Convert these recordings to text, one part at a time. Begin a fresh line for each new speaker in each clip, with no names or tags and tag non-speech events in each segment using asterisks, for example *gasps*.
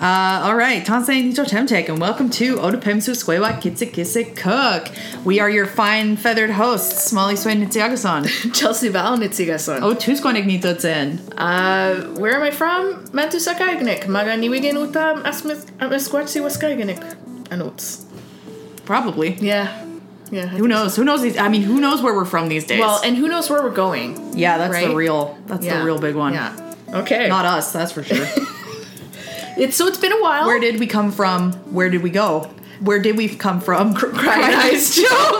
Uh, all right, Tansei Nito Temtek, and welcome to Otapemsu Squewa Kitsikisik Cook. We are your fine feathered hosts, Molly Swain
*laughs*
Nitsiagasan.
Chelsea Val Nitsigason.
Oh, Tuskonik Nitotsen.
Uh,
Oh.
where am I from? Mantusakaiganik. Maga niwigin utam asmisquatsi waskaiganik. Anotes.
Probably.
Yeah. Yeah. I
Who
think
knows? Who knows these? I mean, who knows where we're from these days?
so. Well, and who knows where we're going?
yeah, that's the
right?
real. That's the real big one.
Yeah. Okay.
Not us, that's for
*laughs*
sure.
it's so it's been a while.
Where did we come from? Where did we go? Where did we come from?
Crying Eyes Joe?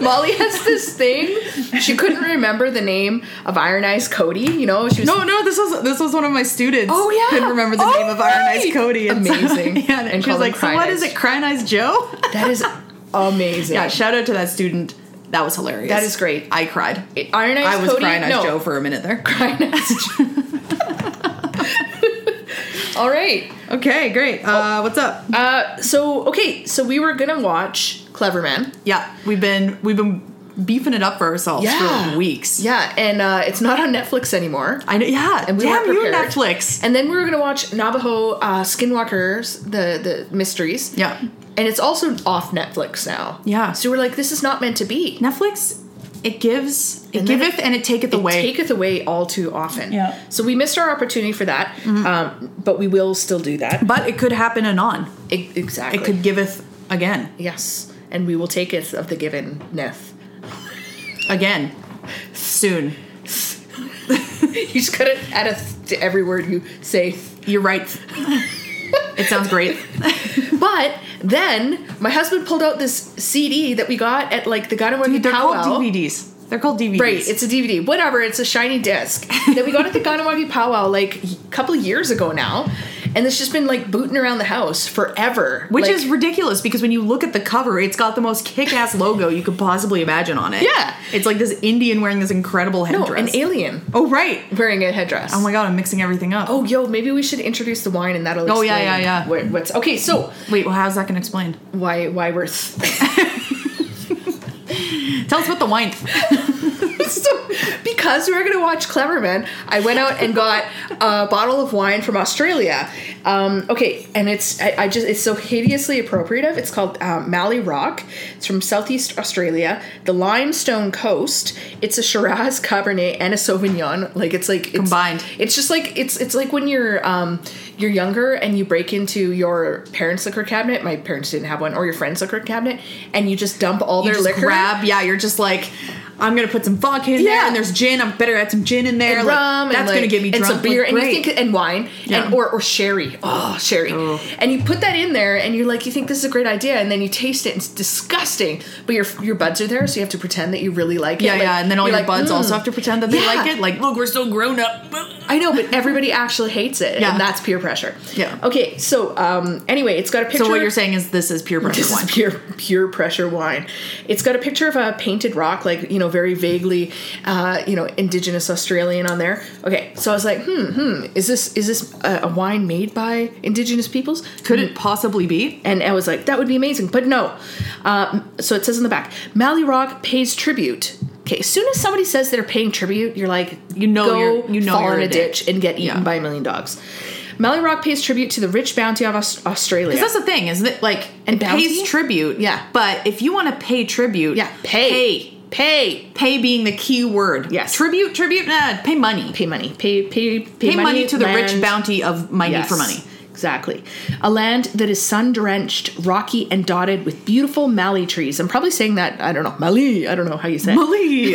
Molly has this thing. She couldn't remember the name of Iron Eyes Cody. You know, she was
No, no, this was this was one of my students.
Oh, yeah.
couldn't remember the
Oh,
name of Iron Eyes
right.
Cody. And so- *laughs*
Amazing.
yeah, and
And
she was
call him
like, "So
Crying
what
Eyes
is it, Crying Eyes
*laughs*
Joe?"
That is amazing.
Yeah, shout out to that student. That was hilarious.
That is great.
I cried.
Iron Eyes
I was
Cody.
crying eyes
no.
Joe for a minute there.
Iron Eyes
*laughs*
Joe. *laughs* All right.
Okay, great. Uh, what's up?
Uh, so okay, so we were gonna watch Clever Man.
Yeah, we've been we've been beefing it up for ourselves
Yeah.
for weeks.
Yeah, and uh, it's not on Netflix anymore.
I know. Yeah,
And we
damn
weren't
you,
prepared.
Netflix.
And then we were gonna watch Navajo uh, Skinwalkers, the the mysteries.
Yeah.
And it's also off Netflix now.
Yeah.
So we're like, this is not meant to be.
Netflix, it gives, it
And then
giveth,
it-
and it taketh
it
away.
taketh away all too often.
Yeah. Mm-hmm.
So we missed our opportunity for that, um, but we will still do that.
but it could happen anon.
E- exactly.
It could giveth again,
Yes, and we will take it of the given neth.
again, soon.
*laughs* You just gotta add a th- to every word you say.
You're right. it sounds great.
But then my husband pulled out this CD that we got at like the Ganawagi
They're
*laughs* powwow.
called DVDs. They're called DVDs.
Right, it's a DVD. Whatever, it's a shiny disc that we got at the Ganawagi powwow like a couple years ago now, and it's just been like booting around the house forever.
Which
Like-
is ridiculous because when you look at the cover, it's got the most kick-ass logo you could possibly imagine on it.
Yeah.
it's like this Indian wearing this incredible
no,
headdress.
an alien
oh right.
wearing a headdress.
Oh my god, I'm mixing everything up.
Oh, yo, maybe we should introduce the wine, and that'll.
Oh, yeah,
explain
yeah, yeah.
What, what's okay? So
wait, well, how's that gonna explain?
why why we're
Tell us about the wine.
*laughs* so because we were going to watch Cleverman, I went out and got a bottle of wine from Australia. Um, okay, and it's I, I just it's so hideously appropriative. It's called um, Mallee Rock. It's from Southeast Australia, the Limestone Coast. It's a Shiraz Cabernet and a Sauvignon. Like it's like it's,
Combined.
It's just like it's it's like when you're um, you're younger and you break into your parents' liquor cabinet. My parents didn't have one, or your friend's liquor cabinet, and you just dump all
You
their
just
liquor.
grab. Yeah, you're just like. I'm gonna put some vodka in there,
Yeah.
and there's gin. I'm better add some gin in there.
and
like,
rum and
that's
like-
gonna get me
and
drunk.
some beer
like,
and
great.
you think and wine
Yeah.
and or, or sherry oh sherry
Oh.
and you put that in there and you're like you think this is a great idea and then you taste it and it's disgusting but your your buds are there so you have to pretend that you really like it
yeah,
Like,
yeah, and then all
you're
your
like,
buds
"Mm."
also have to pretend that they
Yeah.
like it. Like, look, we're so grown up.
"Mm, I know but everybody actually hates it
Yeah.
and that's peer pressure
Yeah.
okay so um anyway it's got a picture
So what you're saying is this is pure pressure
this
wine.
is pure pure pressure wine. It's got a picture of a painted rock, like you know, very vaguely, uh, you know, indigenous Australian on there. Okay, so I was like, hmm, hmm, is this is this a, a wine made by indigenous peoples? Hmm.
Could it possibly be?
And I was like, that would be amazing, but no. Um, so it says in the back, Mallee Rock pays tribute. Okay, as soon as somebody says they're paying tribute, you're like,
You know you're- you know
fall
you're
in
a
a,
dick.
ditch and get eaten
Yeah.
by a million dogs. Mallee Rock pays tribute to the rich bounty of Aus- Australia.
Because that's the thing, isn't it? Like,
And
it pays
bounty?
tribute.
Yeah.
But if you want to pay tribute,
yeah, pay,
pay,
pay,
Pay being the key word.
Yes.
Tribute, tribute, nah, pay money.
pay money. Pay pay pay,
Pay money, to the rich
land.
bounty of my need
Yes.
for money.
Exactly. A land that is sun drenched, rocky, and dotted with beautiful mallee trees. I'm probably saying that, I don't know, mallee, I don't know how you say it.
Molly.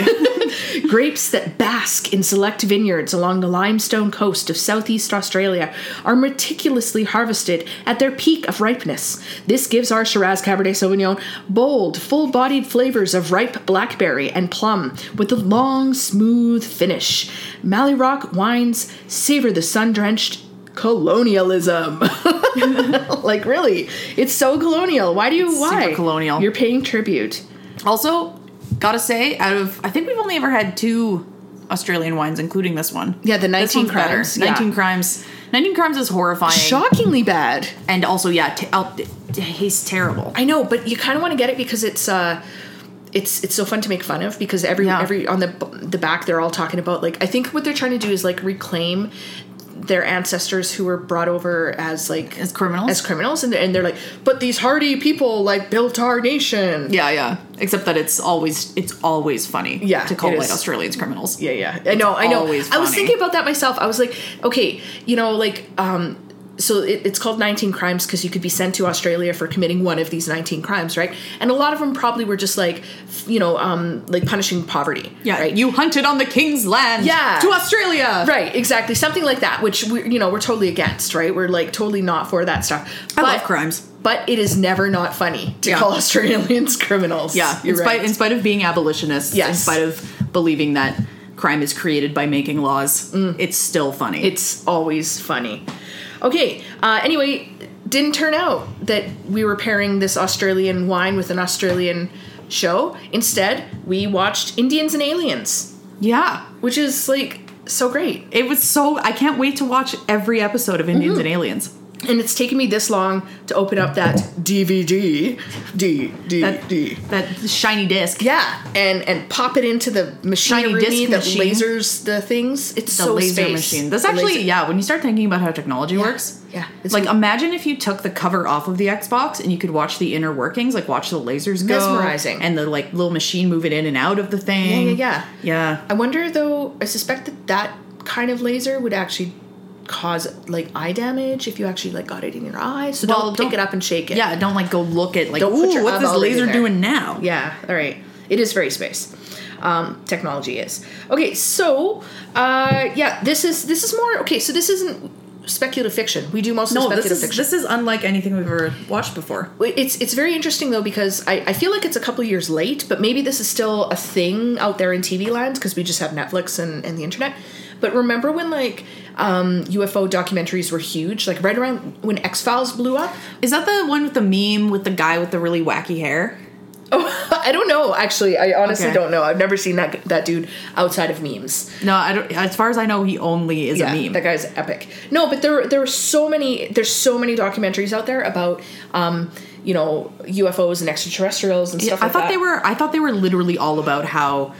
*laughs* Grapes that bask in select vineyards along the limestone coast of southeast Australia are meticulously harvested at their peak of ripeness. This gives our Shiraz Cabernet Sauvignon bold, full bodied flavors of ripe blackberry and plum with a long, smooth finish. Mallee Rock wines savor the sun drenched colonialism. *laughs* like, really? It's so colonial. Why do you, why?
super colonial.
You're paying tribute.
also, gotta say, out of I think we've only ever had two Australian wines, including this one.
Yeah, the
This
19
one's better.
Crimes, yeah.
Nineteen crimes. Nineteen crimes is horrifying.
Shockingly bad.
And also, yeah, t- out, it tastes terrible.
I know, but you kind of want to get it because it's uh it's it's so fun to make fun of because every
Yeah.
every on the b- the back they're all talking about like I think what they're trying to do is like reclaim their ancestors who were brought over as like
As criminals?
as criminals and they're, and they're like but these hardy people like built our nation
Yeah, yeah. Except that it's always it's always funny.
Yeah,
to call
it
white
is.
Australians criminals.
yeah yeah i know i know
always
i was
funny.
thinking about that myself i was like okay you know like um so it, it's called 19 crimes because you could be sent to australia for committing one of these 19 crimes right and a lot of them probably were just like f- you know um like punishing poverty
Yeah,
right
you hunted on the king's land.
Yeah.
to Australia.
Right, exactly. Something like that, which we you know, we're totally against, right? We're like totally not for that stuff.
I love crimes.
But it is never not funny to
Yeah.
call *laughs* Australians criminals.
Yeah, in
You're
spite
right.
in spite of being abolitionists, in
Yes.
spite of believing that crime is created by making laws, it's still funny.
Mm. It's always funny. Okay. Uh, anyway, didn't turn out that we were pairing this Australian wine with an Australian show. Instead, we watched Indians and Aliens,
yeah,
which is like so great.
it was so. I can't wait to watch every episode of
Mm-hmm.
Indians and Aliens.
And it's taken me this long to open up that DVD. D D
That,
D.
that shiny disc.
Yeah, and and pop it into the machine
Shiny disc
that
machine.
lasers the things. It's
the
so
laser
space.
machine. That's
The
actually
laser-
yeah. When you start thinking about how technology works,
yeah, it's
it's like
weird.
imagine if you took the cover off of the Xbox and you could watch the inner workings, like watch the lasers go,
Mesmerizing.
and the like little machine moving in and out of the
yeah,
thing.
yeah.
yeah.
I wonder though. I suspect that that kind of laser would actually cause like eye damage if you actually like got it in your eye. So
Well,
don't,
don't-
pick it up and shake it.
Yeah, don't like go look at like
Don't put
ooh,
your
what's this
eyeball in
laser
there."
doing now?
Yeah. All right. It is very space. Um, technology is okay. So uh, yeah, this is this is more okay. So this isn't speculative fiction. We do mostly
No, this
speculative
is
fiction.
this is unlike anything we've ever watched before.
it's it's very interesting though because I, I feel like it's a couple years late, but maybe this is still a thing out there in TV land because we just have Netflix and, and the internet. But remember when like um, UFO documentaries were huge, like right around when X Files blew up. *laughs*
Is that the one with the meme with the guy with the really wacky hair?
Oh, I don't know. Actually, I honestly
Okay.
don't know. I've never seen that that dude outside of memes.
No, I don't. As far as I know, he only is a meme.
That guy's epic. No, but there were- there were so many there's so many documentaries out there about um, you know UFOs and extraterrestrials and
Yeah,
stuff.
I
like
thought
that.
they were. I thought they were literally all about how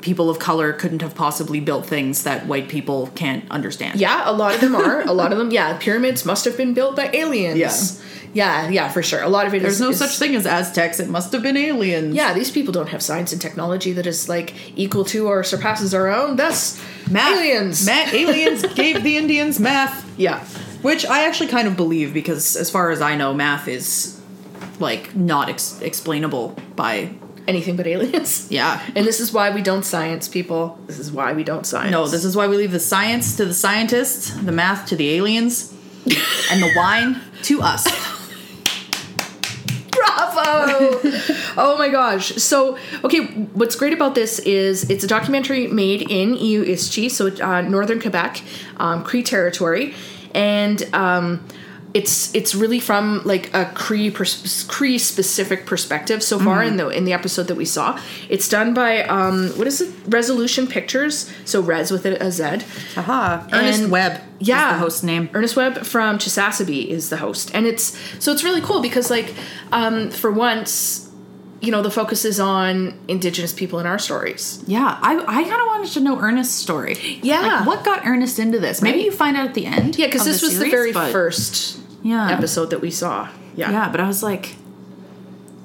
people of color couldn't have possibly built things that white people can't understand.
Yeah, a lot of them are. a lot
*laughs*
of them, yeah. Pyramids must have been built by aliens. Yeah, yeah, for sure. A lot of it is
there's no
is-
such thing as Aztecs. It must have been aliens.
Yeah, these people don't have science and technology that is like equal to or surpasses our own. Thus,
math. *laughs*
aliens.
Ma- aliens gave the Indians math,
Yeah,
which I actually kind of believe because, as far as I know, math is like not ex- explainable by.
anything but aliens.
Yeah.
And this is why we don't science, people. This is why we don't science.
No, this is why we leave the science to the scientists, the math to the *laughs* aliens, and the wine to *laughs* us.
Bravo! *laughs* oh my gosh. So, okay, what's great about this is it's a documentary made in E EU Istchi, so uh, northern Quebec, um, Cree territory, and um, it's it's really from like a Cree pers- Cree specific perspective. So far in the in the episode that we saw, it's done by um, what is it? Resolution Pictures. So Res with a, a Z.
Aha. Ernest
And-
Webb. is
Yeah,
the host name.
Ernest Webb from Chisasabee is the host, and it's so it's really cool because like um, for once, you know, the focus is on Indigenous people in our stories.
Yeah, I, I kind of wanted to know Ernest's story.
Yeah.
Like, what got Ernest into this? Maybe
Right.
you find out at the end.
Yeah, because
of
this was the
series,
very
but-
first
yeah.
episode that we saw. Yeah.
Yeah, but I was like,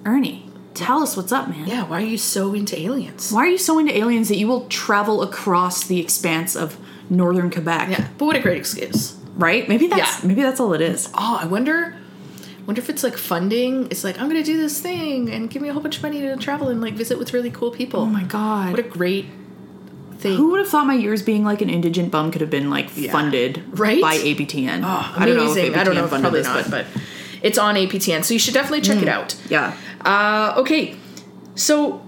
Ernie, tell us what's up, man.
Yeah, Why are you so into aliens?
Why are you so into aliens that you will travel across the expanse of northern Quebec?
Yeah. But what a great excuse.
right? Maybe that's
Yeah.
maybe that's all it is.
Oh, I wonder. Wonder if it's like funding. It's like I'm gonna do this thing and give me a whole bunch of money to travel and like visit with really cool people.
Oh my god.
What a great thing.
Who would have thought my years being like an indigent bum could have been like funded
Right?
by ABTN?
Oh,
I don't know. If
amazing.
ABTN
I don't know.
funded
Probably
this, Hmm.
not. But it's on APTN, so you should definitely check it out.
yeah,
Uh, okay, so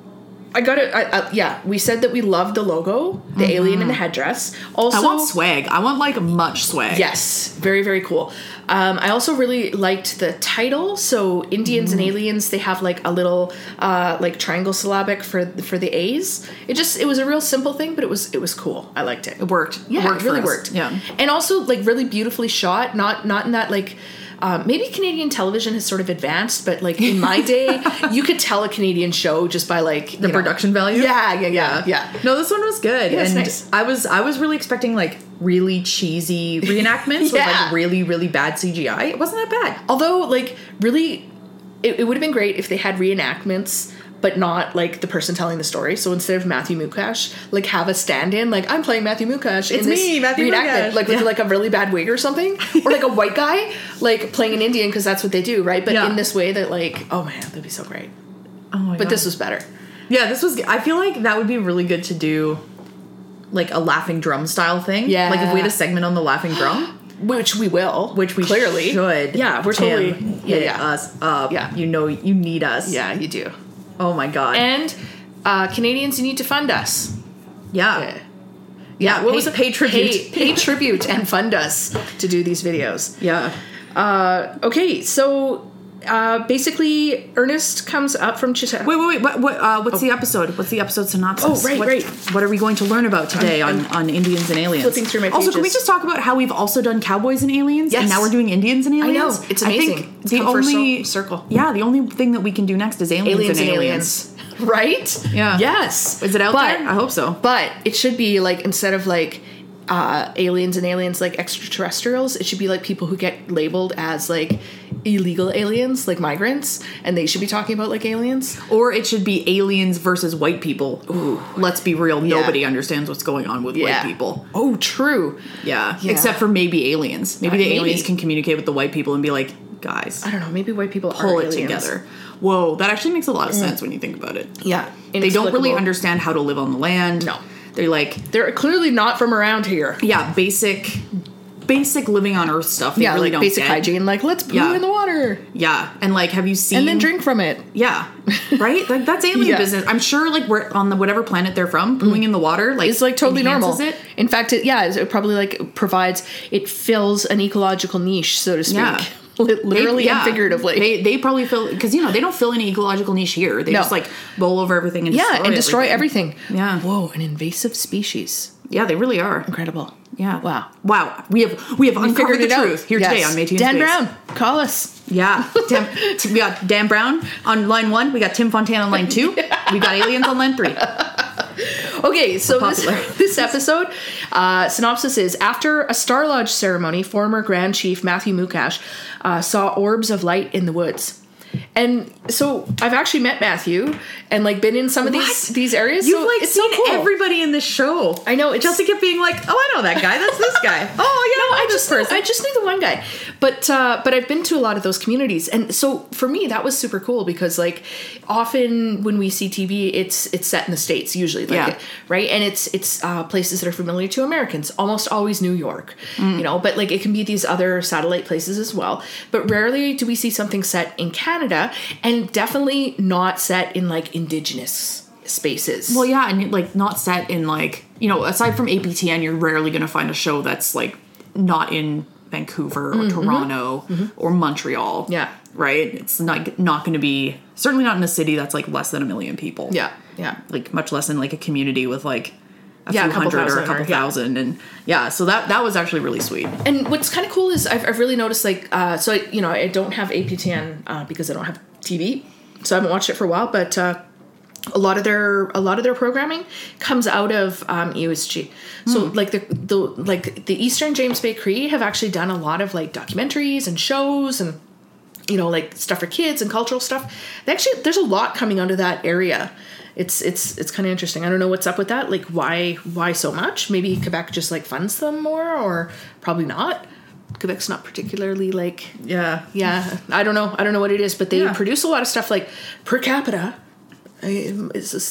I got it. I, I, yeah, we said that we loved the logo, the alien in the headdress. Also,
Mm-hmm. I want swag. I want like much swag.
Yes, very very cool. Um, I also really liked the title. So Indians
Mm-hmm.
and aliens, they have like a little uh, like triangle syllabic for for the A's. It just it was a real simple thing, but it was it was cool. I liked it.
it worked.
Yeah,
worked
it
for
really
us.
worked.
Yeah,
and also like really beautifully shot. Not not in that like. Um, maybe Canadian television has sort of advanced, but like in my
*laughs*
day, you could tell a Canadian show just by like you know-
value.
Yeah, yeah, yeah, yeah.
No, this one was good,
Yeah, it's
and
nice.
I was I was really expecting like really cheesy reenactments with
*laughs* Yeah.
like really really bad CGI. It wasn't that bad. Oh,
Although, like, really, it, it would have been great if they had reenactments, but not like the person telling the story. So instead of Matthew Mukash, like have a stand-in, like I'm playing Matthew Mukash.
It's me, Matthew Mukash.
Like with
Yeah.
like a really bad wig or something, or like a white guy like playing an Indian because that's what they do, right? But
Yeah.
in this way that like, oh man, that'd be so great.
Oh my
But
God.
this was better.
yeah, this was. I feel like that would be really good to do, like a laughing drum style thing.
Yeah.
like if we had a segment on the laughing drum.
Which we will.
which we
clearly
should.
Yeah, we're
Tim,
totally. Yeah,
hit
yeah.
us up.
Yeah.
you know you need us.
Yeah, you do.
Oh my god.
And uh, Canadians, you need to fund us.
yeah.
Yeah.
yeah.
Yeah, what
pay-
was it?
pay
Pay,
tribute.
pay *laughs* tribute and fund us to do these videos.
Yeah.
Uh, okay, so uh, basically, Ernest comes up from Chita.
Wait, wait, wait. What, what, uh, what's the episode? What's the episode synopsis?
Oh, right,
what,
right.
What are we going to learn about today on, on Indians and aliens?
flipping through my
Also, can we
pages.
just talk about how we've also done cowboys and aliens,
Yes.
and now we're doing Indians and
I know,
aliens?
it's
think
amazing. It's
the
come full
only
cir- circle.
Yeah, the only thing that we can do next is aliens,
aliens
and,
and
aliens.
aliens. *laughs* Right?
Yeah.
Yes.
Is it out
But-
there? I hope so.
But it should be like instead of like uh, aliens and aliens like extraterrestrials, it should be like people who get labeled as like illegal aliens, like migrants, and they should be talking about like aliens.
Or it should be aliens versus white people. Ooh, let's be real. Nobody understands what's going on with
Yeah.
white people.
Oh, true.
Yeah.
Yeah.
Except for maybe aliens. Maybe
Uh,
the
maybe.
aliens can communicate with the white people and be like, guys,
I don't know. Maybe white people
pull
are
it
aliens. Mm.
together. Whoa, that actually makes a lot of sense when you think about it.
Yeah,
They don't really
inexplicable.
understand how to live on the land.
No.
They're like,
They're clearly not from around here.
yeah, basic basic living on earth stuff. They
yeah,
really
like
don't
basic
get.
hygiene. Like let's poo
Yeah.
in the water
Yeah. And like have you seen
and then drink from it.
Yeah. Right? Like
*laughs*
that's alien
Yeah. Mm.
business. I'm sure like we're on the whatever planet they're from, pooing in the water, like
It's like totally normal.
enhances it.
In fact, it, yeah, it probably like provides it fills an ecological niche, so to speak,
Yeah.
*laughs* Li- literally
They- yeah.
and figuratively.
They they probably fill because you know they don't fill any ecological niche here. They
No.
just like bowl over everything and
yeah,
destroy
and destroy
everything.
everything.
Yeah.
Whoa, an invasive species.
Yeah, they really are.
Incredible.
Yeah.
Wow.
Wow. We have we have uncovered the truth here today on Métis in
Dan
Space.
Brown, call us.
*laughs* Yeah. Tim, t- we got Dan Brown on line one. We got Tim Fontaine on line *laughs* two. We got aliens on line three.
Okay, so this,
popular.
*laughs* this episode uh, synopsis is after a Star Lodge ceremony, former Grand Chief Matthew Mukash uh, saw orbs of light in the woods. And so I've actually met Matthew and like been in some of these
What?
these areas.
You've
so
like
it's so
seen
cool.
everybody in this show.
I know, it's-
Chelsea kept being like, "Oh, I know that guy. That's this guy. Oh, yeah,
No,
I
I
know this
just knew,
person."
I just knew the one guy, but uh, but I've been to a lot of those communities, and so for me that was super cool because like often when we see TV, it's it's set in the states usually, like,
Yeah.
right, and it's it's uh, places that are familiar to Americans, almost always New York,
Mm.
you know, but like it can be these other satellite places as well, but rarely do we see something set in Canada, and definitely not set in like indigenous spaces.
*laughs* Well, yeah, and like not set in like you know, aside from APTN, you're rarely going to find a show that's like not in Vancouver or Toronto or Montreal.
Yeah.
right. It's not not going to be certainly not in a city that's like less than a million people.
yeah, yeah.
like much less in like a community with like a
Yeah, a
few
couple
hundred or
thousand
a
or-
couple
yeah.
thousand, and yeah. So that that was actually really sweet.
and what's kind of cool is I've, I've really noticed like uh, so I, you know I don't have APTN uh, because I don't have TV, so I haven't watched it for a while. But uh, a lot of their a lot of their programming comes out of um, USG. So like the the like the Eastern James Bay Cree have actually done a lot of like documentaries and shows and you know like stuff for kids and cultural stuff. They actually there's a lot coming out of that area. It's it's it's kind of interesting. I don't know what's up with that. Like why why so much? Maybe Quebec just like funds them more or probably not. Quebec's not particularly like
Yeah.
yeah, I don't know. I don't know what it is, but they
Yeah.
produce a lot of stuff like per capita. I- Is this,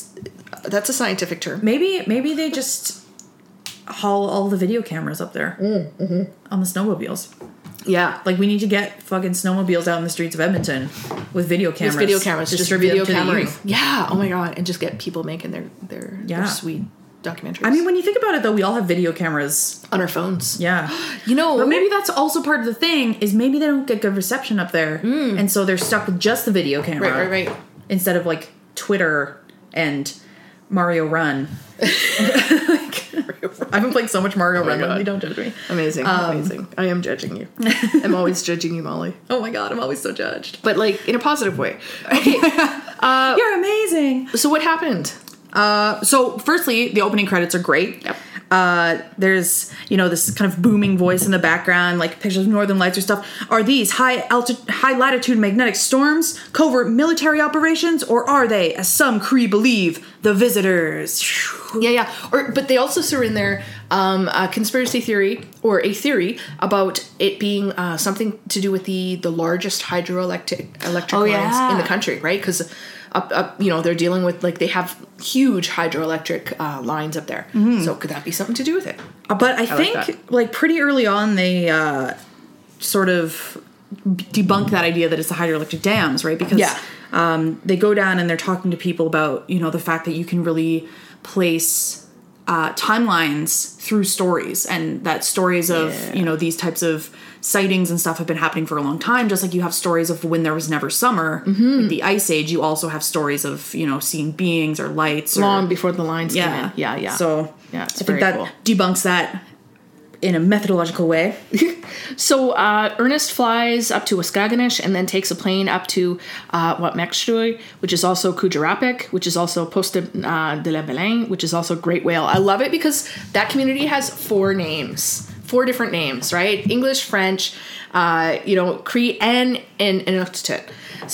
that's a scientific term.
Maybe maybe they just haul all the video cameras up there
Mm, mm-hmm.
on the snowmobiles.
Yeah, like
Like we need to get fucking snowmobiles out in the streets of Edmonton with video cameras.
it's video cameras, just
distribute
video
them to the
camera.
youth.
Yeah. Oh my god, and just get people making their their,
Yeah.
their sweet documentaries.
I mean, when you think about it, though, we all have video cameras.
on our phones. *gasps*
Yeah.
You know,
But maybe that's also part of the thing is maybe they don't get good reception up there, and so they're stuck with just the video camera.
Mm. right, right, right.
Instead of like Twitter and Mario *laughs* Run. like, I've been playing so much Mario Run
God.
lately. Don't judge me.
Amazing, amazing. I am judging you. I'm always judging you, Molly,
Oh my god, I'm always so judged.
but like in a positive way. Okay,
You're amazing.
so what happened?
So, firstly, the opening credits are great.
Yep.
Uh, there's you know this kind of booming voice in the background, like pictures of northern lights or stuff. Are these high altitude, high latitude magnetic storms, covert military operations, or are they, as some Cree believe, the visitors?
Yeah, yeah. Or but they also threw in there um, a conspiracy theory or a theory about it being uh, something to do with the the largest hydroelectric electric
Oh,
lines
yeah.
in the country, right? Because up, up, you know, they're dealing with like they have huge hydroelectric uh, lines up there. So could that be something to do with it?
Uh, But I, think
that.
like pretty early on they uh, sort of debunk that idea that it's the hydroelectric dams, right? Because
Yeah.
um, they go down and they're talking to people about you know the fact that you can really place uh, timelines through stories, and that stories of you know these types of sightings and stuff have been happening for a long time. Just like you have stories of when there was never summer,
Mm-hmm.
like the ice age, you also have stories of you know seeing beings or lights or
Long before the lines yeah. came in. Yeah, yeah.
so
Yeah, it's
I think
very
that
cool.
debunks that in a methodological way.
So uh, Ernest flies up to Waskaganish and then takes a plane up to uh, what Mekshtoy, which is also Kujarapik, which is also Poste uh, de la Baleine, which is also Great Whale. I love it because that community has four names, four different names, right? English, French, uh, you know, Cree, and and Inuktitut.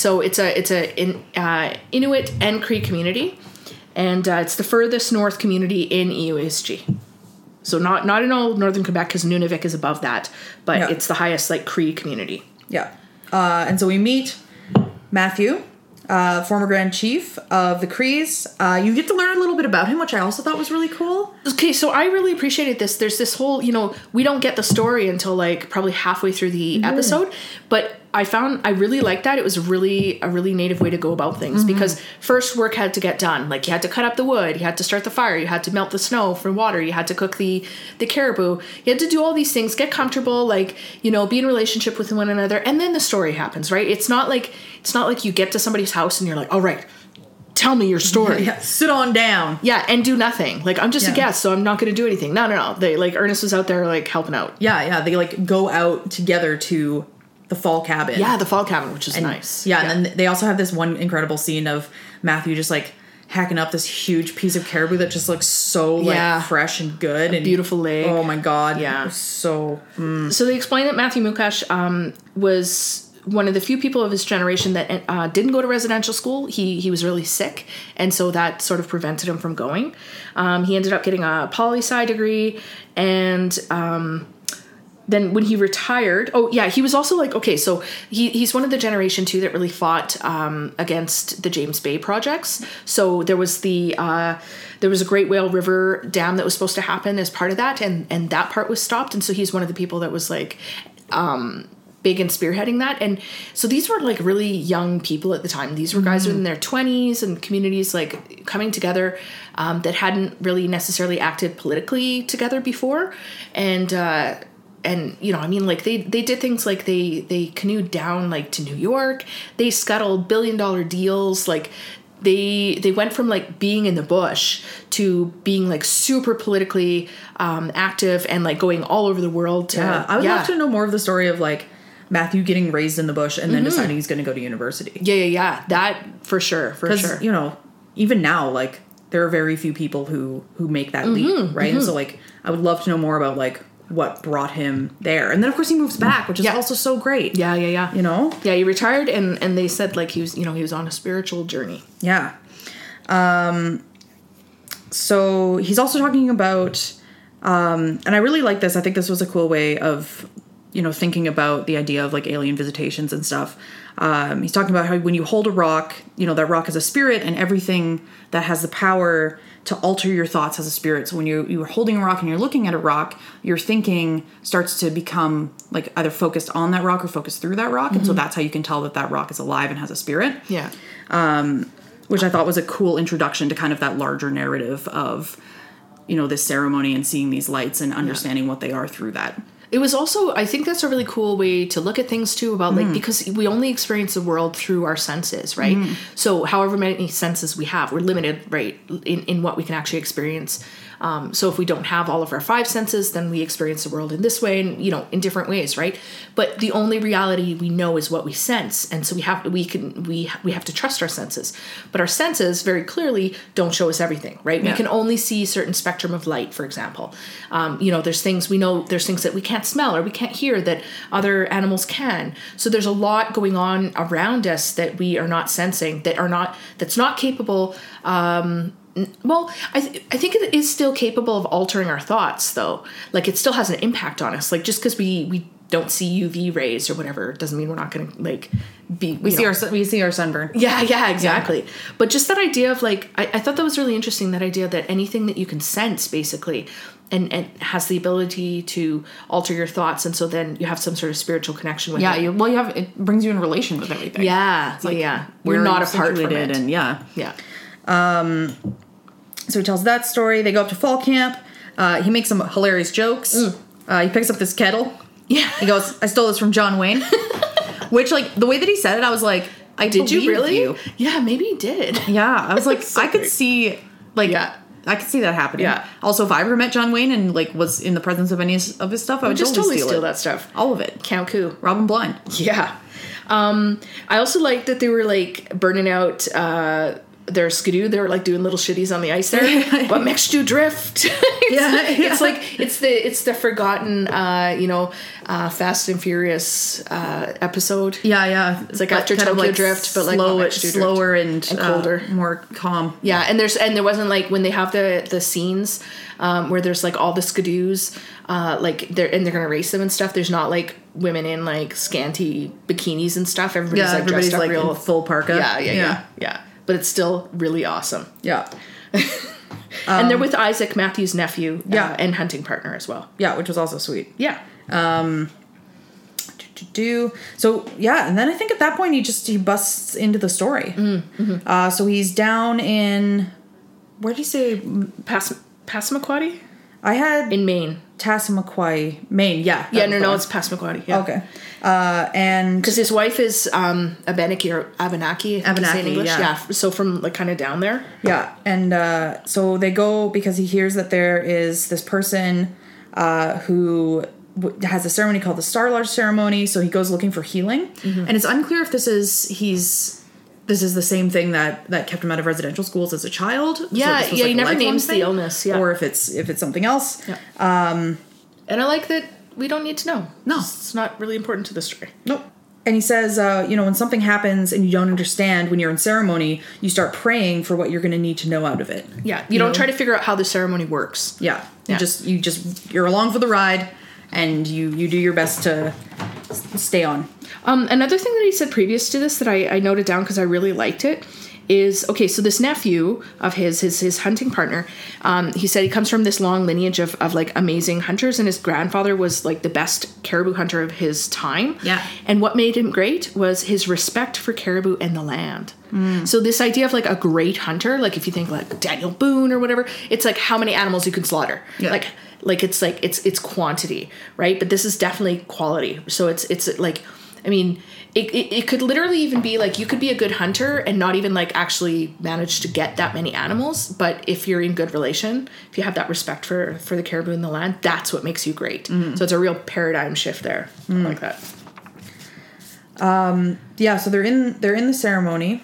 So it's a it's a in, uh, Inuit and Cree community, and uh, it's the furthest north community in E EUSG. So not not in all northern Quebec because Nunavik is above that, but
Yeah.
it's the highest like Cree community.
Yeah. Uh, and so we meet Matthew, uh, former Grand Chief of the Crees. Uh, you get to learn a little bit about him, which I also thought was really cool.
Okay, so I really appreciated this. There's this whole you know we don't get the story until like probably halfway through the episode, but I found I really liked that. It was really a really native way to go about things because first work had to get done. Like you had to cut up the wood, you had to start the fire, you had to melt the snow for water, you had to cook the the caribou, you had to do all these things, get comfortable, like you know, be in relationship with one another, and then the story happens, right? It's not like it's not like you get to somebody's house and you're like, all right, tell me your story.
Yeah, sit on down.
Yeah, and do nothing. Like I'm just
Yeah.
a guest, so I'm not going to do anything. No, no, no. They like Ernest was out there like helping out.
Yeah, yeah. They like go out together to the fall cabin.
Yeah, the fall cabin, which is nice.
Yeah, and then they also have this one incredible scene of Matthew just like hacking up this huge piece of caribou that just looks so like
Yeah.
fresh and good and
beautiful leg.
Oh my god.
Yeah.
It was So
So they explained that Matthew Mukash um, was one of the few people of his generation that uh, didn't go to residential school. He he was really sick, and so that sort of prevented him from going. Um, he ended up getting a poli sci degree, and then when he retired oh yeah he was also like okay so he, he's one of the generation too that really fought um, against the james bay projects so there was the uh, there was a great whale river dam that was supposed to happen as part of that and and that part was stopped and so he's one of the people that was like big and spearheading that. And so these were like really young people at the time. These were
Mm-hmm.
guys in their 20s and communities like coming together um, that hadn't really necessarily acted politically together before. And, uh, and you know, I mean, like they they did things like they they canoed down like to New York. They scuttled billion dollar deals. Like they they went from like being in the bush to being like super politically um, active and like going all over the world. To,
Yeah, I would
yeah.
love to know more of the story of like Matthew getting raised in the bush and then deciding he's going to go to university.
Mm-hmm. Yeah, yeah, yeah. That for sure, for
Because
sure.
you know, even now, like there are very few people who who make that
Mm-hmm,
leap, right? And so, like, I would love to know more about like what brought him there, and then of course he moves back, which is
Yeah.
also so great.
yeah, yeah, yeah.
you know,
Yeah, he retired and and they said like he was, you know, he was on a spiritual journey.
Yeah. Um, so he's also talking about, um, and I really like this. I think this was a cool way of you know, thinking about the idea of like alien visitations and stuff. Um, he's talking about how when you hold a rock, you know, that rock is a spirit and everything that has the power to alter your thoughts has a spirit. So when you, you're holding a rock and you're looking at a rock, your thinking starts to become like either focused on that rock or focused through that rock. And so that's how you can tell that that rock is alive and has a spirit
Yeah.
which I thought was a cool introduction to kind of that larger narrative of, you know, this ceremony and seeing these lights and understanding what they are through that.
It was also, I think that's a really cool way to look at things too, about like, because we only experience the world through our senses, right? So, however many senses we have, we're limited, right, in, in what we can actually experience. Um, so, if we don't have all of our five senses, then we experience the world in this way and, you know, in different ways, right? But the only reality we know is what we sense. And so we have, we can, we, we have to trust our senses. But our senses very clearly don't show us everything, right?
Yeah.
We can only see certain spectrum of light, for example. Um, you know, there's things we know, there's things that we can't smell or we can't hear that other animals can. So there's a lot going on around us that we are not sensing, that are not, that's not capable. Um, n- well, I, th- I think it is still capable of altering our thoughts, though. Like it still has an impact on us. Like just because we we don't see UV rays or whatever doesn't mean we're not going to like be.
We see our sun- we see our sunburn.
Yeah, yeah, exactly. But just that idea of like, I, I thought that was really interesting. That idea that anything that you can sense, basically, and, and has the ability to alter your thoughts, and so then you have some sort of spiritual connection with
Yeah,
it.
you, well, you have it brings you in relation with everything.
yeah,
like
yeah.
where
We're not
you're
apart from
situated
it.
and yeah.
yeah,
So he tells that story. They go up to fall camp. Uh, he makes some hilarious jokes. Uh, he picks up this kettle.
yeah.
He goes, "I stole this from John *laughs* Wayne," which like the way that he said it, I was like, "I
Did you
believe
really?
you.
Yeah, maybe
*laughs*
you did.
Yeah, I was like,
So
I could
great.
see, like,
Yeah.
I could see that happening.
Yeah.
Also, if I ever met John Wayne and like was in the presence of any s- of his stuff, I would
Just totally steal,
it.
that stuff.
All of it.
Count coup.
Robin Blind.
Yeah. Um, I also liked that they were like burning out uh, their skidoo. They were like doing little shitties on the
*laughs*
ice there. what makes you drift? *laughs* it's,
Yeah, yeah.
it's like it's the it's the forgotten uh, you know uh, Fast and Furious uh, episode.
Yeah, yeah. It's
like after Tokyo Drift, but, like,
slow,
not Tokyo Drift.
slower and,
And
uh,
colder.
more calm.
Yeah, and there's and there wasn't like when they have the the scenes um, where there's like all the skidoos, uh, like they're and they're gonna race them and stuff. There's not like women in like scanty bikinis and stuff. Everybody's
Yeah,
like
everybody's
dressed up
like
real
in full parka.
Yeah, yeah, yeah,
Yeah.
yeah, But it's still really awesome.
Yeah.
and they're with Isaac Matthews' nephew, uh,
Yeah.
and hunting partner as well.
Yeah, which was also sweet.
Yeah,
to do. So yeah, and then I think at that point he just he busts into the story. Uh, so he's down in where did he say?
Pass Passamaquoddy Oh,
I had
in Maine.
Tassamaquai, Maine. Yeah, that
Yeah,
was
no,
the
no,
one.
it's Passamaquoddy. Yeah.
okay. Uh, and
Because his wife is um, Abenaki or Abenaki, I think you say in
Abenaki,
English.
yeah.
So from like kind of down there.
yeah, and uh, so they go because he hears that there is this person uh, who w- has a ceremony called the Star Lodge ceremony. So he goes looking for healing,
Mm-hmm.
and it's unclear if this is he's this is the same thing that that kept him out of residential schools as a child. So
Yeah,
this was
yeah,
like
he
a
never
lifelong
names the illness, yeah.
or if it's if it's something else.
Yeah. And I like that we don't need to know.
No.
it's not really important to the story.
Nope. And he says, uh, you know, when something happens and you don't understand when you're in ceremony, you start praying for what you're going to need to know out of it.
Yeah, you, don't try to figure out how the ceremony works.
Yeah. You
Yeah.
just you just you're along for the ride and you you do your best to s- stay on.
Um, another thing that he said previous to this that I, I noted down because I really liked it is okay. So this nephew of his, his his hunting partner, um, he said he comes from this long lineage of, of like amazing hunters, and his grandfather was like the best caribou hunter of his time.
Yeah.
And what made him great was his respect for caribou and the land. So this idea of like a great hunter, like if you think like Daniel Boone or whatever, it's like how many animals you can slaughter.
Yeah.
Like like it's like it's it's quantity, right? But this is definitely quality. So it's it's like I mean, it, it, it could literally even be like you could be a good hunter and not even like actually manage to get that many animals, but if you're in good relation, if you have that respect for for the caribou and the land, that's what makes you great. So it's a real paradigm shift there. I like that.
Yeah, so they're in they're in the ceremony.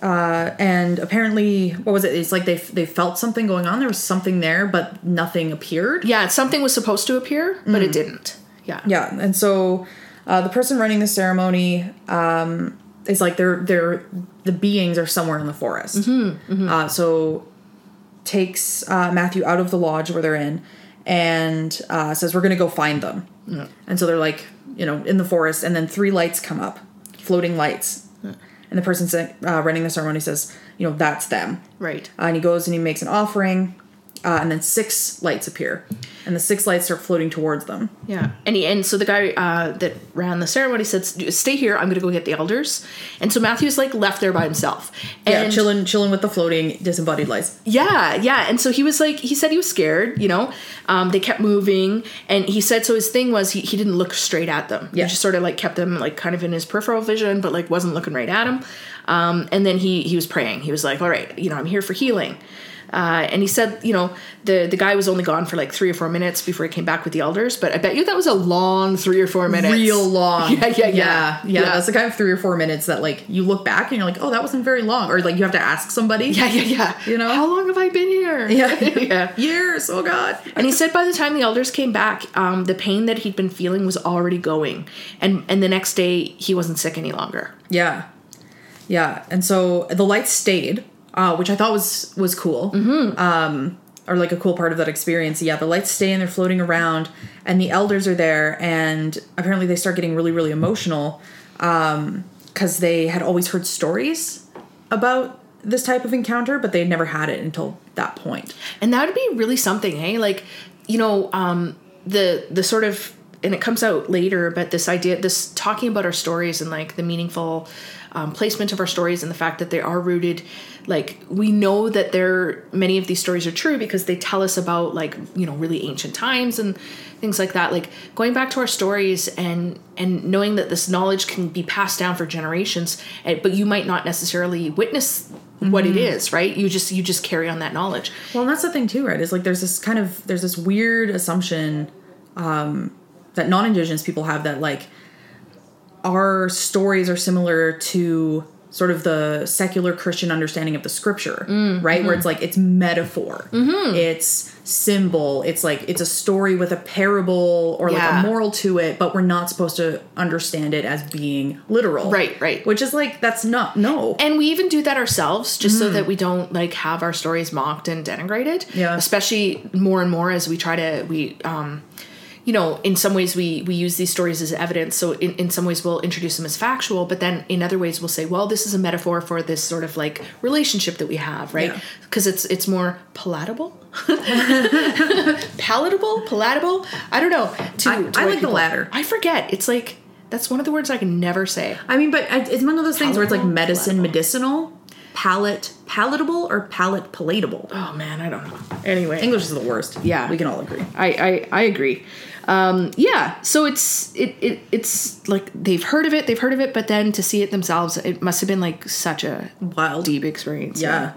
Uh, and apparently, what was it? It's like they f- they felt something going on. There was something there, but nothing appeared.
Yeah, something was supposed to appear, but it didn't. Yeah.
Yeah, and so uh, the person running the ceremony um, is like they're they're the beings are somewhere in the forest. Uh, so takes uh, Matthew out of the lodge where they're in and uh, says we're gonna go find them. And so they're like,
you know, in the forest, and then three lights come up, floating lights. And the person sa- uh, running the ceremony says, you know, that's them.
Right.
Uh, and he goes and he makes an offering, uh, and then six lights appear, and the six lights start floating towards them.
Yeah, and he, and so the guy uh, that ran the ceremony said, "Stay here. I'm going to go get the elders." And so Matthew's like left there by himself.
Yeah,
And
chilling, chilling with the floating disembodied lights.
Yeah, yeah. And so he was like, he said he was scared, you know. Um, they kept moving, and he said so. His thing was he, he didn't look straight at them.
Yeah.
He just sort of like kept them like kind of in his peripheral vision, but like wasn't looking right at him. Um, and then he he was praying. He was like, all right, you know, I'm here for healing. Uh, and he said, you know, the the guy was only gone for like three or four minutes before he came back with the elders. But I bet you that was a long three or four minutes,
Real
*laughs*
long.
Yeah, yeah, yeah.
yeah, yeah.
Yeah.
That's the kind of three or four minutes that like you look back and you're like, oh, that wasn't very long, or like you have to ask somebody.
*laughs* Yeah, yeah, yeah.
You know?
how long have I been here?
Yeah.
*laughs* yeah.
years. Oh God.
And he said by the time the elders came back, um, the pain that he'd been feeling was already going, and and the next day he wasn't sick any longer.
Yeah, yeah. And so the lights stayed, uh, which I thought was was cool, mm-hmm. um, or like a cool part of that experience. Yeah, the lights stay and they're floating around, and the elders are there, and apparently they start getting really, really emotional because they had always heard stories about this type of encounter, but they had never had it until that point.
And that would be really something, hey? Like, you know, um, the the sort of and it comes out later, but this idea, this talking about our stories and like the meaningful um, placement of our stories and the fact that they are rooted, like we know that there many of these stories are true because they tell us about like you know really ancient times and things like that. Like going back to our stories and and knowing that this knowledge can be passed down for generations, and, but you might not necessarily witness what it is, right? You just you just carry on that knowledge.
Well, and that's the thing too, right? Is like there's this kind of there's this weird assumption um, that non-indigenous people have that like our stories are similar to sort of the secular Christian understanding of the scripture, right? Where it's like it's metaphor,
Mm-hmm.
it's symbol, it's like it's a story with a parable or
Yeah.
like a moral to it, but we're not supposed to understand it as being literal,
Right, right.
Which is like that's not no,
and we even do that ourselves just so that we don't like have our stories mocked and denigrated
Mm. Yeah.
especially more and more as we try to we um you know in some ways we we use these stories as evidence so in, in some ways we'll introduce them as factual but then in other ways we'll say well this is a metaphor for this sort of like relationship that we have right
Yeah.
because it's it's more palatable *laughs* palatable palatable i don't know to, to
I- I
white
like the
people.
latter.
i forget it's like that's one of the words i can never say
I mean, but I, it's one of those things where it's like
Palatable,
medicine,
palatable.
medicinal, palate, palatable, or
*gasps*
palate palatable.
oh man i don't know anyway
English is the worst.
Yeah.
we can all agree.
I, I I agree. Um, yeah, so it's it, it it's like they've heard of it, they've heard of it, but then to see it themselves, it must have been like such a
Wild.
deep experience.
Yeah,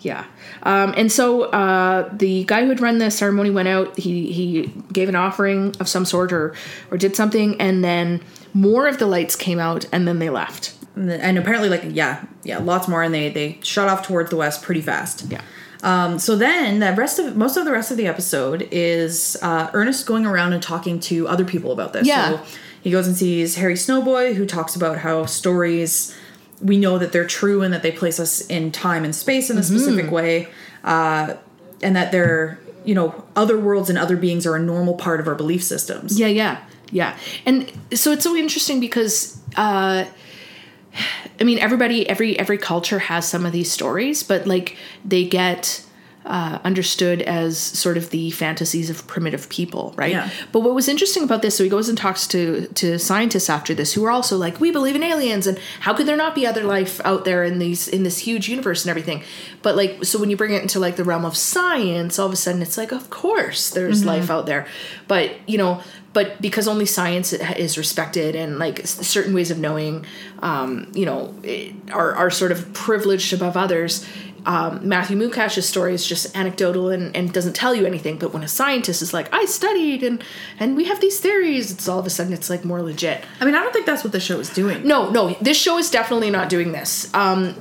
yeah. Um, and so uh, the guy who had run the ceremony went out. He he gave an offering of some sort or or did something, and then more of the lights came out, and then they left.
and, the- and apparently, like yeah, yeah, lots more, and they they shut off towards the west pretty fast.
Yeah.
Um, so then the rest of most of the rest of the episode is uh, Ernest going around and talking to other people about this.
Yeah.
So he goes and sees Harry Snowboy, who talks about how stories we know that they're true and that they place us in time and space in a
Mm-hmm.
specific way, uh, and that they're you know other worlds and other beings are a normal part of our belief systems.
Yeah, yeah, yeah. And so it's so interesting because uh *sighs* I mean everybody every every culture has some of these stories, but like they get uh, understood as sort of the fantasies of primitive people, right?
Yeah.
But what was interesting about this, so he goes and talks to to scientists after this, who are also like, we believe in aliens, and how could there not be other life out there in these in this huge universe and everything? But like, so when you bring it into like the realm of science, all of a sudden it's like, of course, there's life out there, but you know, but because only science is respected and like s- certain ways of knowing, um, you know, eh, are are sort of privileged above others um, Matthew Mukash's story is just anecdotal and, and doesn't tell you anything. But when a scientist is like, I studied and and we have these theories, it's all of a sudden it's like more legit.
I mean, I don't think that's what the show is doing.
No, no, this show is definitely not doing this. Um,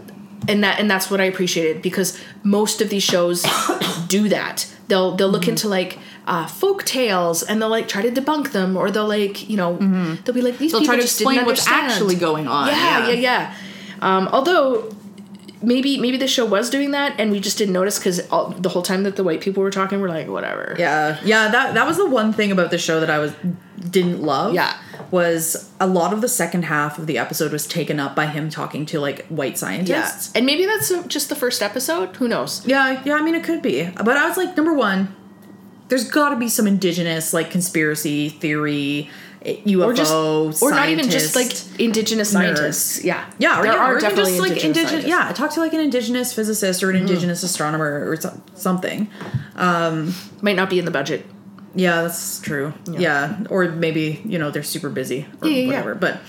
and that and that's what I appreciated because most of these shows *coughs* do that. They'll they'll
Mm-hmm.
look into like uh, folk tales and they'll like try to debunk them or they'll like you know they'll be like these
Mm-hmm. They'll
people
try to
just didn't
explain what's
understand."
actually going on.
yeah, yeah, yeah. Um, although maybe maybe the show was doing that and we just didn't notice because the whole time that the white people were talking, we're like, whatever.
Yeah, yeah, that that was the one thing about the show that I was didn't love.
Yeah.
was a lot of the second half of the episode was taken up by him talking to like white scientists.
And maybe that's uh, just the first episode. Who knows?
Yeah, yeah, I mean, it could be. But I was like, number one, there's got to be some indigenous, like, conspiracy theory, eh, UFO,
Or just, or not even just like
scientist,
indigenous scientists.
nerd.
Yeah,
Yeah, or,
there
yeah,
are
or even
definitely
just like
indigenous.
indigenous.
scientists. Mm-hmm.
Yeah, talk to like an indigenous physicist or an indigenous astronomer or so- something.
might not be in the budget.
Yeah, that's true. Yeah. Or maybe, you know, they're super busy or
Yeah, yeah, yeah.
whatever. But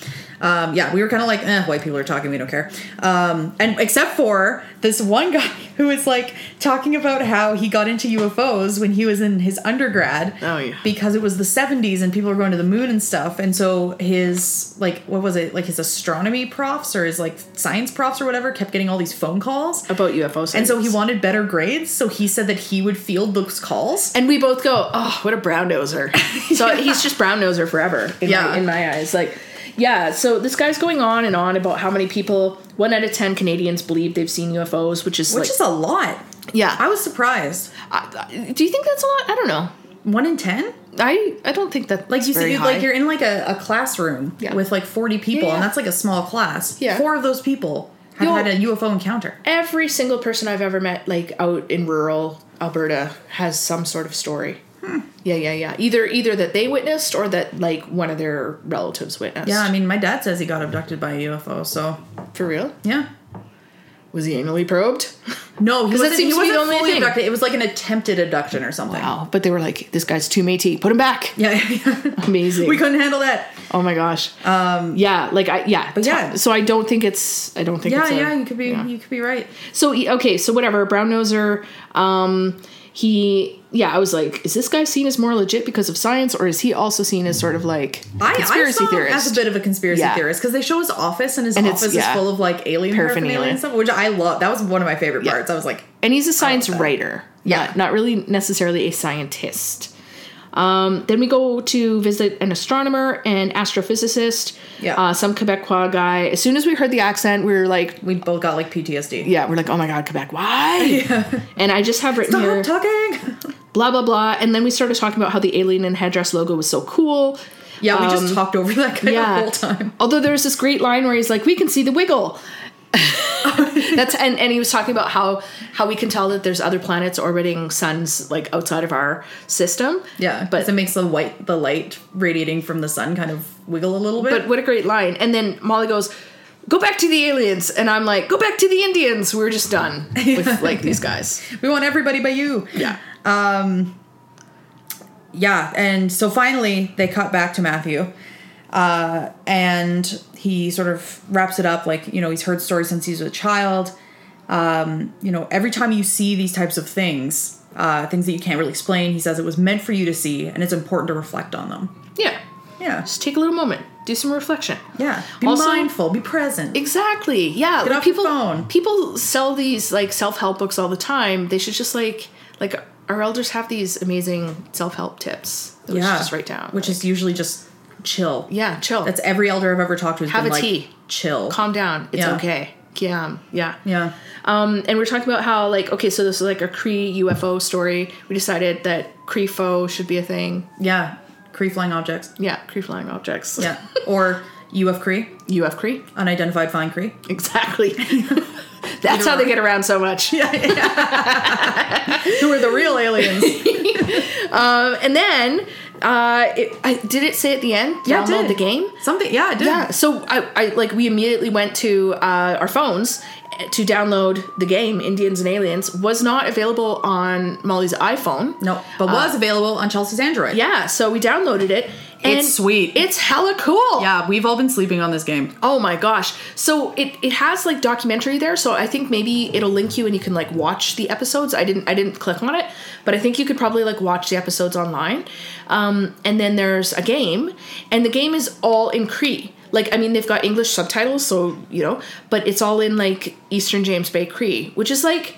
um, yeah, we were kind of like, eh, white people are talking, we don't care. Um, and except for this one guy *laughs* who was like talking about how he got into UFOs when he was in his undergrad.
Oh, yeah.
Because it was the 70s and people were going to the moon and stuff. And so his, like, what was it? Like his astronomy profs or his, like, science profs or whatever kept getting all these phone calls.
about UFOs.
And so he wanted better grades. So he said that he would field those calls.
And we both go, oh, what a brown *laughs* noser. So he's just brown noser forever. In
Yeah.
My, in my eyes. Like, yeah, so this guy's going on and on about how many people, one out of 10 Canadians believe they've seen UFOs, which is
Which
like,
is a lot.
yeah.
I was surprised.
I- I- do you think that's a lot? I don't know.
One in ten?
I, I don't think that
Like you said,
very
you like
high.
you're in like a, a classroom
Yeah.
with like forty people,
Yeah, yeah.
and that's like a small class.
Yeah.
Four of those people have
Yo-
had a UFO encounter.
every single person I've ever met, like out in rural Alberta, has some sort of story. Yeah, yeah, yeah. Either either that they witnessed or that like one of their relatives witnessed.
Yeah, I mean, my dad says he got abducted by a UFO. So
for real.
yeah.
Was he anally probed?
No, he
that
wasn't, he
seems to be the
wasn't
only
fully
thing.
abducted. It was like an attempted abduction or something.
Wow. Oh, But they were like, this guy's too matey. Put him back.
Yeah,
*laughs*
yeah.
Amazing.
we couldn't handle that.
oh my gosh. Um, yeah. Like I, yeah. But
yeah.
So I don't think it's, I don't think
Yeah,
it's a-
yeah, you could be, you could be right.
So he- okay, so whatever, brown noser. Um, he, yeah, I was like, is this guy seen as more legit because of science, or is he also seen as sort of like
I,
conspiracy
I saw him
theorist?
as a bit of a conspiracy
Yeah.
theorist because they show his office and his
And it's-
office
yeah.
is full of like alien
Paraphernalia.
paraphernalia. and stuff, which I love. That was one of my favorite parts. I was like,
and he's a science writer.
Oh, Yeah.
not, not really necessarily a scientist. Um, then we go to visit an astronomer and astrophysicist.
Yeah.
uh, some Quebecois guy. As soon as we heard the accent, we were like,
we both got like PTSD.
yeah, we're like, oh my god, Quebec,
*laughs*
why? And I just have written
Stop
here,
talking.
blah blah blah. And then we started talking about how the alien and headdress logo was so cool.
Yeah, we
Um,
just talked over that guy the whole time.
Although there's this great line where he's like, "We can see the
*laughs*
wiggle." That's and, and he was talking about how how we can tell that there's other planets orbiting suns like outside of our system.
Yeah,
but
but it makes the white, the light radiating from the sun kind of wiggle a little bit.
but what a great line! And then Molly goes, "Go back to the aliens," and I'm like, "Go back to the Indians." We're just
*laughs*
done with like these guys.
we want everybody but you.
Yeah,
Um, Yeah, and so finally they cut back to Matthew. Uh, and he sort of wraps it up like, you know, he's heard stories since he was a child. Um, you know, every time you see these types of things, uh, things that you can't really explain, he says it was meant for you to see and it's important to reflect on them.
yeah.
Yeah.
Just take a little moment, do some reflection.
Yeah. Be
Also-
mindful, be present.
Exactly. Yeah. like,
off your
people
phone.
people sell these like self-help books all the time. They should just like like our elders have these amazing self-help tips that we should just write down.
Which
Like,
is usually just chill.
yeah, chill.
That's every elder I've ever talked to. Has
Have
been
a
like,
tea.
Chill.
calm down. It's
Yeah.
okay. Yeah. Yeah.
yeah.
Um and we're talking about how like okay, so this is like a Cree UFO story. We decided that Cree foe should be a thing.
Yeah. Cree flying objects.
Yeah, Cree flying objects. *laughs*
Yeah. or UF Cree,
UF Cree. *laughs*
unidentified flying Cree.
Exactly.
*laughs*
That's how they get around so much.
Who are the
*laughs*
real aliens?
And then, uh, it, I did it say at the end?
Yeah, it
download the
did.
game.
Something. Yeah, it did.
Yeah. So I, I like we immediately went to uh, our phones eh, to download the game Indians and Aliens. Was not available on Molly's iPhone.
No, but was
Uh,
available on Chelsea's Android.
Yeah. So we downloaded it. And
It's sweet.
It's hella cool.
Yeah, we've all been sleeping on this game.
Oh my gosh. So it, it has like documentary there, so I think maybe it'll link you and you can like watch the episodes. I didn't I didn't click on it, but I think you could probably like watch the episodes online. Um, and then there's a game, and the game is all in Cree. Like I mean they've got English subtitles, so you know, but it's all in like Eastern James Bay Cree, which is like,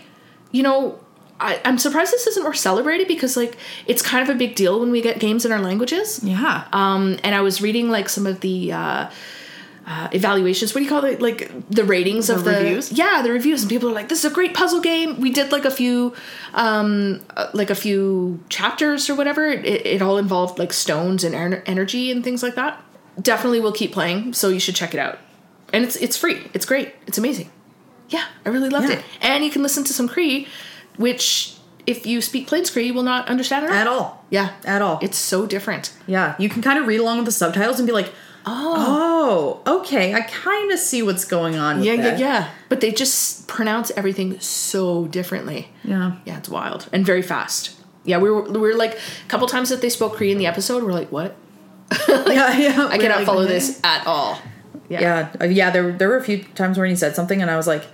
you know, I, I'm surprised this isn't more celebrated because like it's kind of a big deal when we get games in our languages.
Yeah.
Um, and I was reading like some of the uh, uh, evaluations. What do you call it? Like the ratings of
The
the
reviews?
Yeah, the reviews, and people are like, "This is a great puzzle game." We did like a few, um, uh, like a few chapters or whatever. It, it all involved like stones and ener- energy and things like that. definitely will keep playing, so you should check it out. And it's it's free. It's great. It's amazing. Yeah, I really loved
Yeah.
it. And you can listen to some Cree, which if you speak Plains Cree, you will not understand at all.
at all.
Yeah,
At all.
It's so different.
Yeah, you can kind of read along with the subtitles and be like, "Oh, okay, I kind of see what's going on." with
Yeah, yeah,
that."
yeah. But they just pronounce everything so differently.
Yeah.
Yeah, it's wild and very fast. Yeah, we were we were like a couple times that they spoke Cree in the episode. We're like, what?
yeah, *laughs* yeah.
I cannot follow this at all.
Yeah, Uh, yeah. There, there were a few times when he said something, and I was like,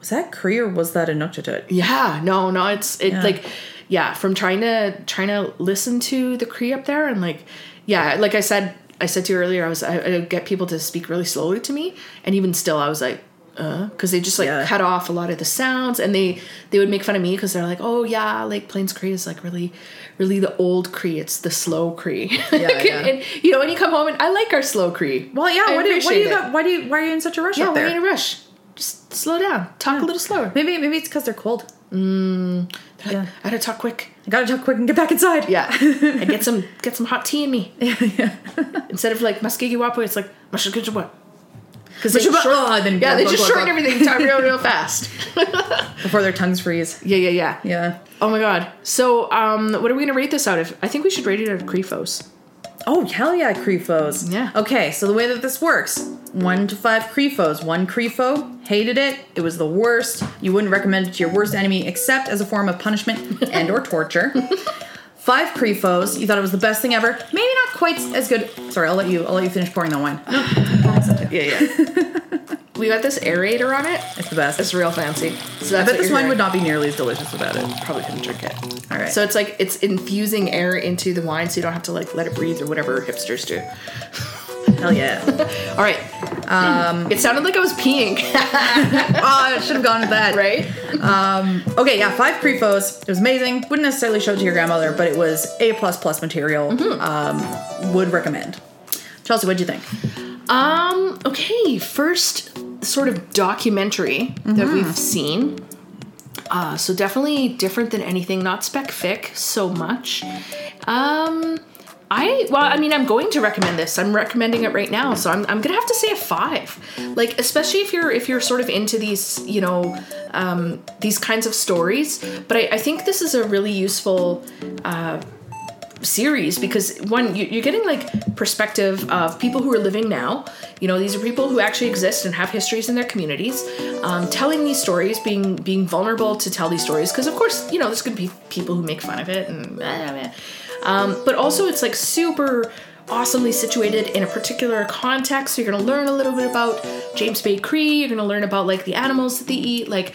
"Was that Cree or was that Inuktitut?"
Yeah, no, no, it's it
Yeah.
like yeah, from trying to trying to listen to the Cree up there and like yeah, like I said I said to you earlier, I was I, I would get people to speak really slowly to me, and even still, I was like, uh, because they just like
Yeah.
cut off a lot of the sounds, and they they would make fun of me because they're like, oh yeah, like Plains Cree is like really, really the old Cree, it's the slow Cree, *laughs*
Yeah,
Like,
yeah.
And, and, you know, when you come home and I like our slow Cree.
Well, yeah.
I
What do, what do
appreciate
you
it.
got? Why do you? Why are you in such a rush
Yeah,
up
we're in a
there?
rush. Just slow down, talk a little slower.
Maybe, maybe it's because they're cold.
I had to talk quick.
I gotta talk quick and get back inside.
Yeah, and get some get some hot tea in *laughs* me. Yeah, yeah. Instead of like Muskegee Wapo, it's like Mushkegee Oh, Because
Mushkegee Wapo, ah, then
yeah,
blah,
they
blah,
just
blah,
shorten
blah.
everything time real *laughs* real fast.
Before their tongues freeze.
yeah, yeah, yeah,
Yeah.
Oh my god. So, um, what are we gonna rate this out of? I think we should rate it out of Krefos.
Oh hell yeah, Crefoes.
Yeah.
Okay, so the way that this works, one to five Crefoes. One Crefo hated it. It was the worst. You wouldn't recommend it to your worst enemy except as a form of *laughs* punishment and or torture. Five Crefos. You thought it was the best thing ever. Maybe not quite as good. Sorry, I'll let you. I'll let you finish pouring that wine. No,
Yeah, yeah. we got this aerator on it.
it's the best.
It's real fancy. So
I
that's
bet this wine would not be nearly as delicious without it.
probably couldn't drink it.
All right.
So it's like it's infusing air into the wine, so you don't have to like let it breathe or whatever hipsters do.
hell yeah.
All right. Um, it sounded like I was peeing, *laughs*
oh, I should have gone with that.
right?
Okay, yeah, five prefos. It was amazing. Wouldn't necessarily show it to your grandmother, but it was A plus plus material. Um, would recommend. Chelsea, what'd you think?
Um, okay, first sort of documentary that we've seen. Uh, so definitely different than anything, not spec fic so much. Um, I, well, I mean, I'm going to recommend this. I'm recommending it right now. So I'm, I'm going to have to say a five, like, especially if you're, if you're sort of into these, you know, um, these kinds of stories. But I, I think this is a really useful, series because one you, you're getting like perspective of people who are living now you know these are people who actually exist and have histories in their communities um, telling these stories being being vulnerable to tell these stories because of course you know there's going to be people who make fun of it and blah, blah, blah. Um, but also it's like super awesomely situated in a particular context so you're going to learn a little bit about james bay cree you're going to learn about like the animals that they eat like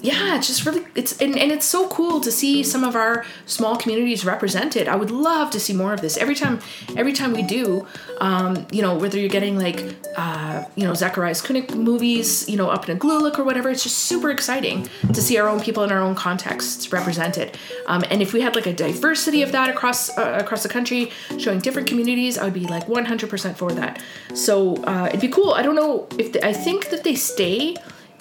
yeah it's just really it's and, and it's so cool to see some of our small communities represented i would love to see more of this every time every time we do um, you know whether you're getting like uh, you know zacharias kunik movies you know up in a gluluk or whatever it's just super exciting to see our own people in our own contexts represented um, and if we had like a diversity of that across uh, across the country showing different communities i would be like 100% for that so uh, it'd be cool i don't know if the, i think that they stay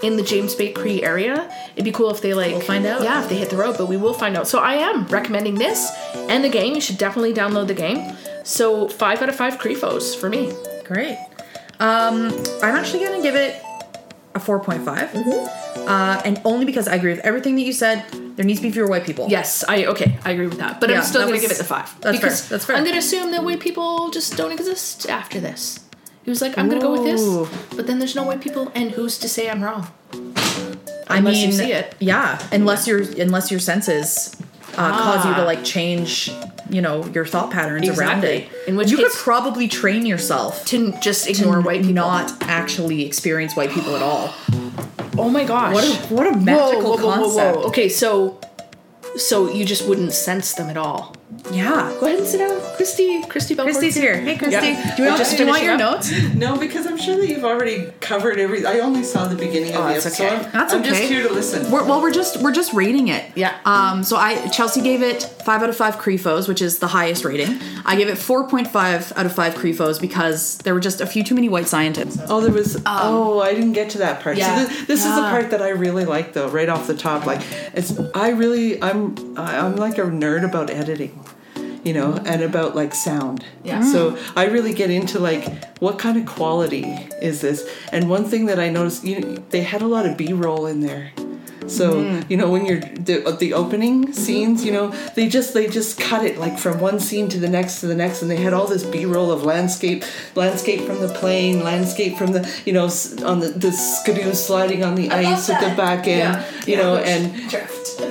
in the James Bay Cree area. It'd be cool if they like we'll
find out.
Yeah, if they hit the road, but we will find out. So I am recommending this and the game. You should definitely download the game. So five out of five Creefos for me.
Great. Um, I'm actually gonna give it a 4.5.
Mm-hmm.
Uh, and only because I agree with everything that you said. There needs to be fewer white people.
Yes, I okay, I agree with that. But
Yeah,
I'm still
that
gonna
was-
give it the five.
that's fair,
because
that's fair.
I'm gonna assume that white people just don't exist after this. He was like, I'm gonna go with
Ooh.
this, but then there's no white people, and who's to say I'm wrong?
I
Unless you
mean,
see it.
yeah. Unless your unless your senses uh, cause
Ah.
you to like change, you know, your thought patterns
Exactly.
around it.
In which
you
case-
could probably train yourself
To just ignore white people.
not actually experience white people at all.
oh my gosh.
What a what a magical concept.
Okay, so so you just wouldn't sense them at all.
Yeah.
Go ahead and sit down, Christy. Christy Belfort.
Christy's here. Hey Christy.
Yeah.
Do you want,
Just
do you want
finishing
your
up.
notes?
No, because I'm sure that you've already covered every. I only saw the beginning of
Oh,
the
that's
episode.
okay.
That's
I'm
okay.
just here to listen.
We're, well, we're just we're just rating it.
Yeah.
Um. So I Chelsea gave it five out of five Crefos, which is the highest rating. I gave it four point five out of five Crefos because there were just a few too many white scientists.
oh, there was. oh, I didn't get to that part.
Um, yeah.
So this, this is the part that I really like, though. Right off the top, like it's. I really. I'm. I- I'm like a nerd about editing. you know, and about like sound.
Yeah.
So I really get into like what kind of quality is this? And one thing that I noticed, you know, they had a lot of B-roll in there. So you know when you're the, the opening scenes, you know they just they just cut it like from one scene to the next to the next, and they had all this B-roll of landscape, landscape from the plane, landscape from the you know s- on the the skidoo sliding on the ice at the back end, you know, and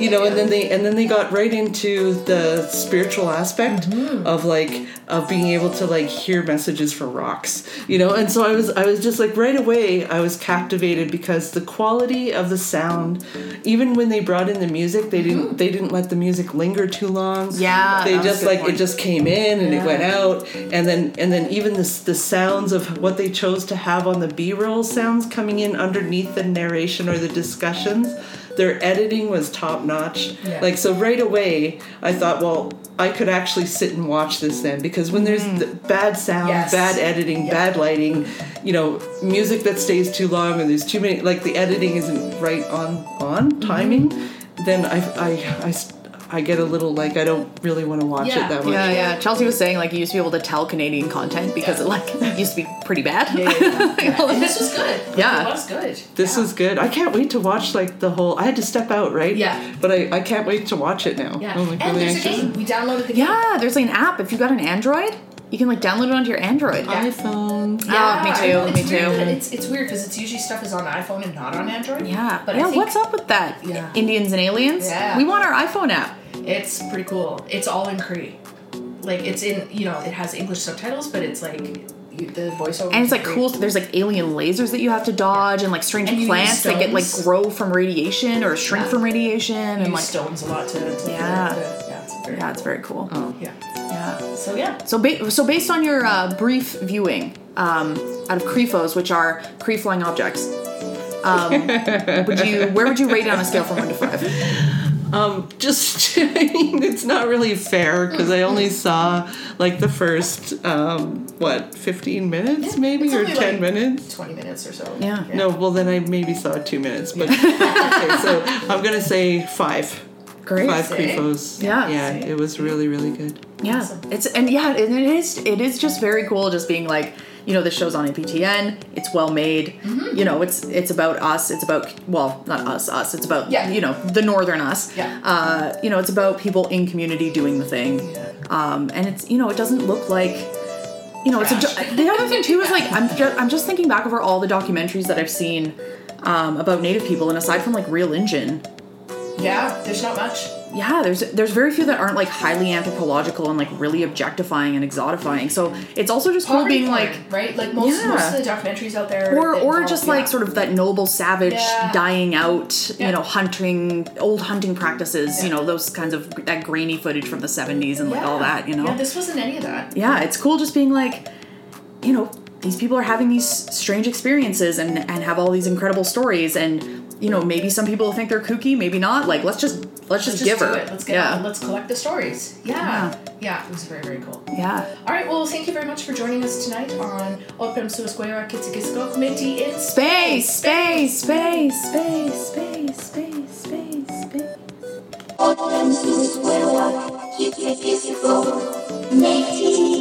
you know, and then they and then they got right into the spiritual aspect
Mm-hmm.
of like of being able to like hear messages from rocks, you know, and so I was I was just like right away I was captivated because the quality of the sound, even when they brought in the music, they didn't they didn't let the music linger too long.
Mm-hmm. Yeah,
they
that was a
just
good
like
point.
it just came in and it went out, and then and then even the s- the sounds of what they chose to have on the B roll sounds coming in underneath the narration or the discussions. Their editing was top notch.
Yeah.
Like so, right away, I thought, well, I could actually sit and watch this then because when there's the bad sound,
Mm. Yes.
bad editing, bad lighting, you know, music that stays too long and there's too many, like the editing isn't right on
Mm-hmm.
on timing, then I I I s- I get a little like I don't really want to watch
Yeah.
it that much.
Yeah, Uh, yeah. Chelsea was saying like you used to be able to tell Canadian content because it like *laughs* used to be pretty bad. *laughs*
And this was good.
Yeah.
It was good.
This
yeah.
is good. I can't wait to watch like the whole. I had to step out, right?
Yeah.
But I, I can't wait to watch it now.
Yeah.
I'm, like,
and
really
there's
anxious.
a game. We downloaded the game.
yeah, there's like an app. If you got an Android, you can like download it onto your Android.
iPhone.
Yeah, Oh, me too,
It's
me
weird
too.
that It's, it's weird because it's usually stuff is on iPhone and not on Android.
Yeah.
But I
yeah,
think
what's up with that?
Yeah.
Indians and aliens?
Yeah.
We want our iPhone app.
It's pretty cool. It's all in Cree. Like it's in you know it has English subtitles, but it's like you, the voiceover.
And it's like
is in
cool.
Cree.
There's like alien lasers that you have to dodge, and like strange
And you use
plants that get like
stones.
grow from radiation or shrink
Yeah.
from radiation,
Use
and like
stones a lot to. to
Yeah.
to- yeah. It's very
yeah, it's
cool.
very cool.
Yeah.
Yeah.
So yeah.
So ba- so based on your uh, brief viewing um, out of Krefos, which are Cree flying objects,
*laughs*
um, would you where would you rate it on a scale from one to five?
Um, just *laughs* it's not really fair because I only saw like the first um what fifteen minutes
Yeah,
maybe
it's
or
only,
ten
like,
minutes.
Twenty minutes or so.
Yeah.
No, well then I maybe saw two minutes,
*laughs*
but okay. So I'm gonna say five.
Great.
Five
Say.
creepos.
Yeah.
Yeah. It was really really good.
Yeah, it's and yeah, and it is. It is just very cool, just being like, you know, this show's on APTN. It's well made.
Mm-hmm.
You know, it's it's about us. It's about well, not us, us. It's about
Yeah.
you know, the northern us.
Yeah.
Uh, you know, it's about people in community doing the thing. Um, and it's you know, it doesn't look like. You know, it's a,
Trash.
jo- the other thing too is like I'm just, I'm just thinking back over all the documentaries that I've seen um, about Native people, and aside from like Real Engine,
Yeah. There's not much.
yeah there's there's very few that aren't like highly anthropological and like really objectifying and exotifying so it's also just cool
Poverty
being
porn,
like
right, like most,
Yeah.
most of the documentaries out there,
or
that
or
involve-
just like
yeah.
sort of that noble savage
Yeah.
dying out
Yeah.
you know hunting old hunting practices you
Yeah.
know those kinds of that grainy footage from the 70s and like all
Yeah.
that you know
Yeah, this wasn't any of that.
yeah, it's cool just being like, you know, these people are having these strange experiences and and have all these incredible stories and you know maybe some people think they're kooky, maybe not. Like let's just let's just
Let's
give
just do
her.
it. Let's get
yeah.
out and let's collect the stories. Yeah. yeah. it was very, very cool.
yeah.
All right, well, thank you very much for joining us tonight on Open Su Escuela Kitsikisco Committee in Spain.
Space, space, space, space, space, space, space, space.
Open to the square one, keep it physical, make it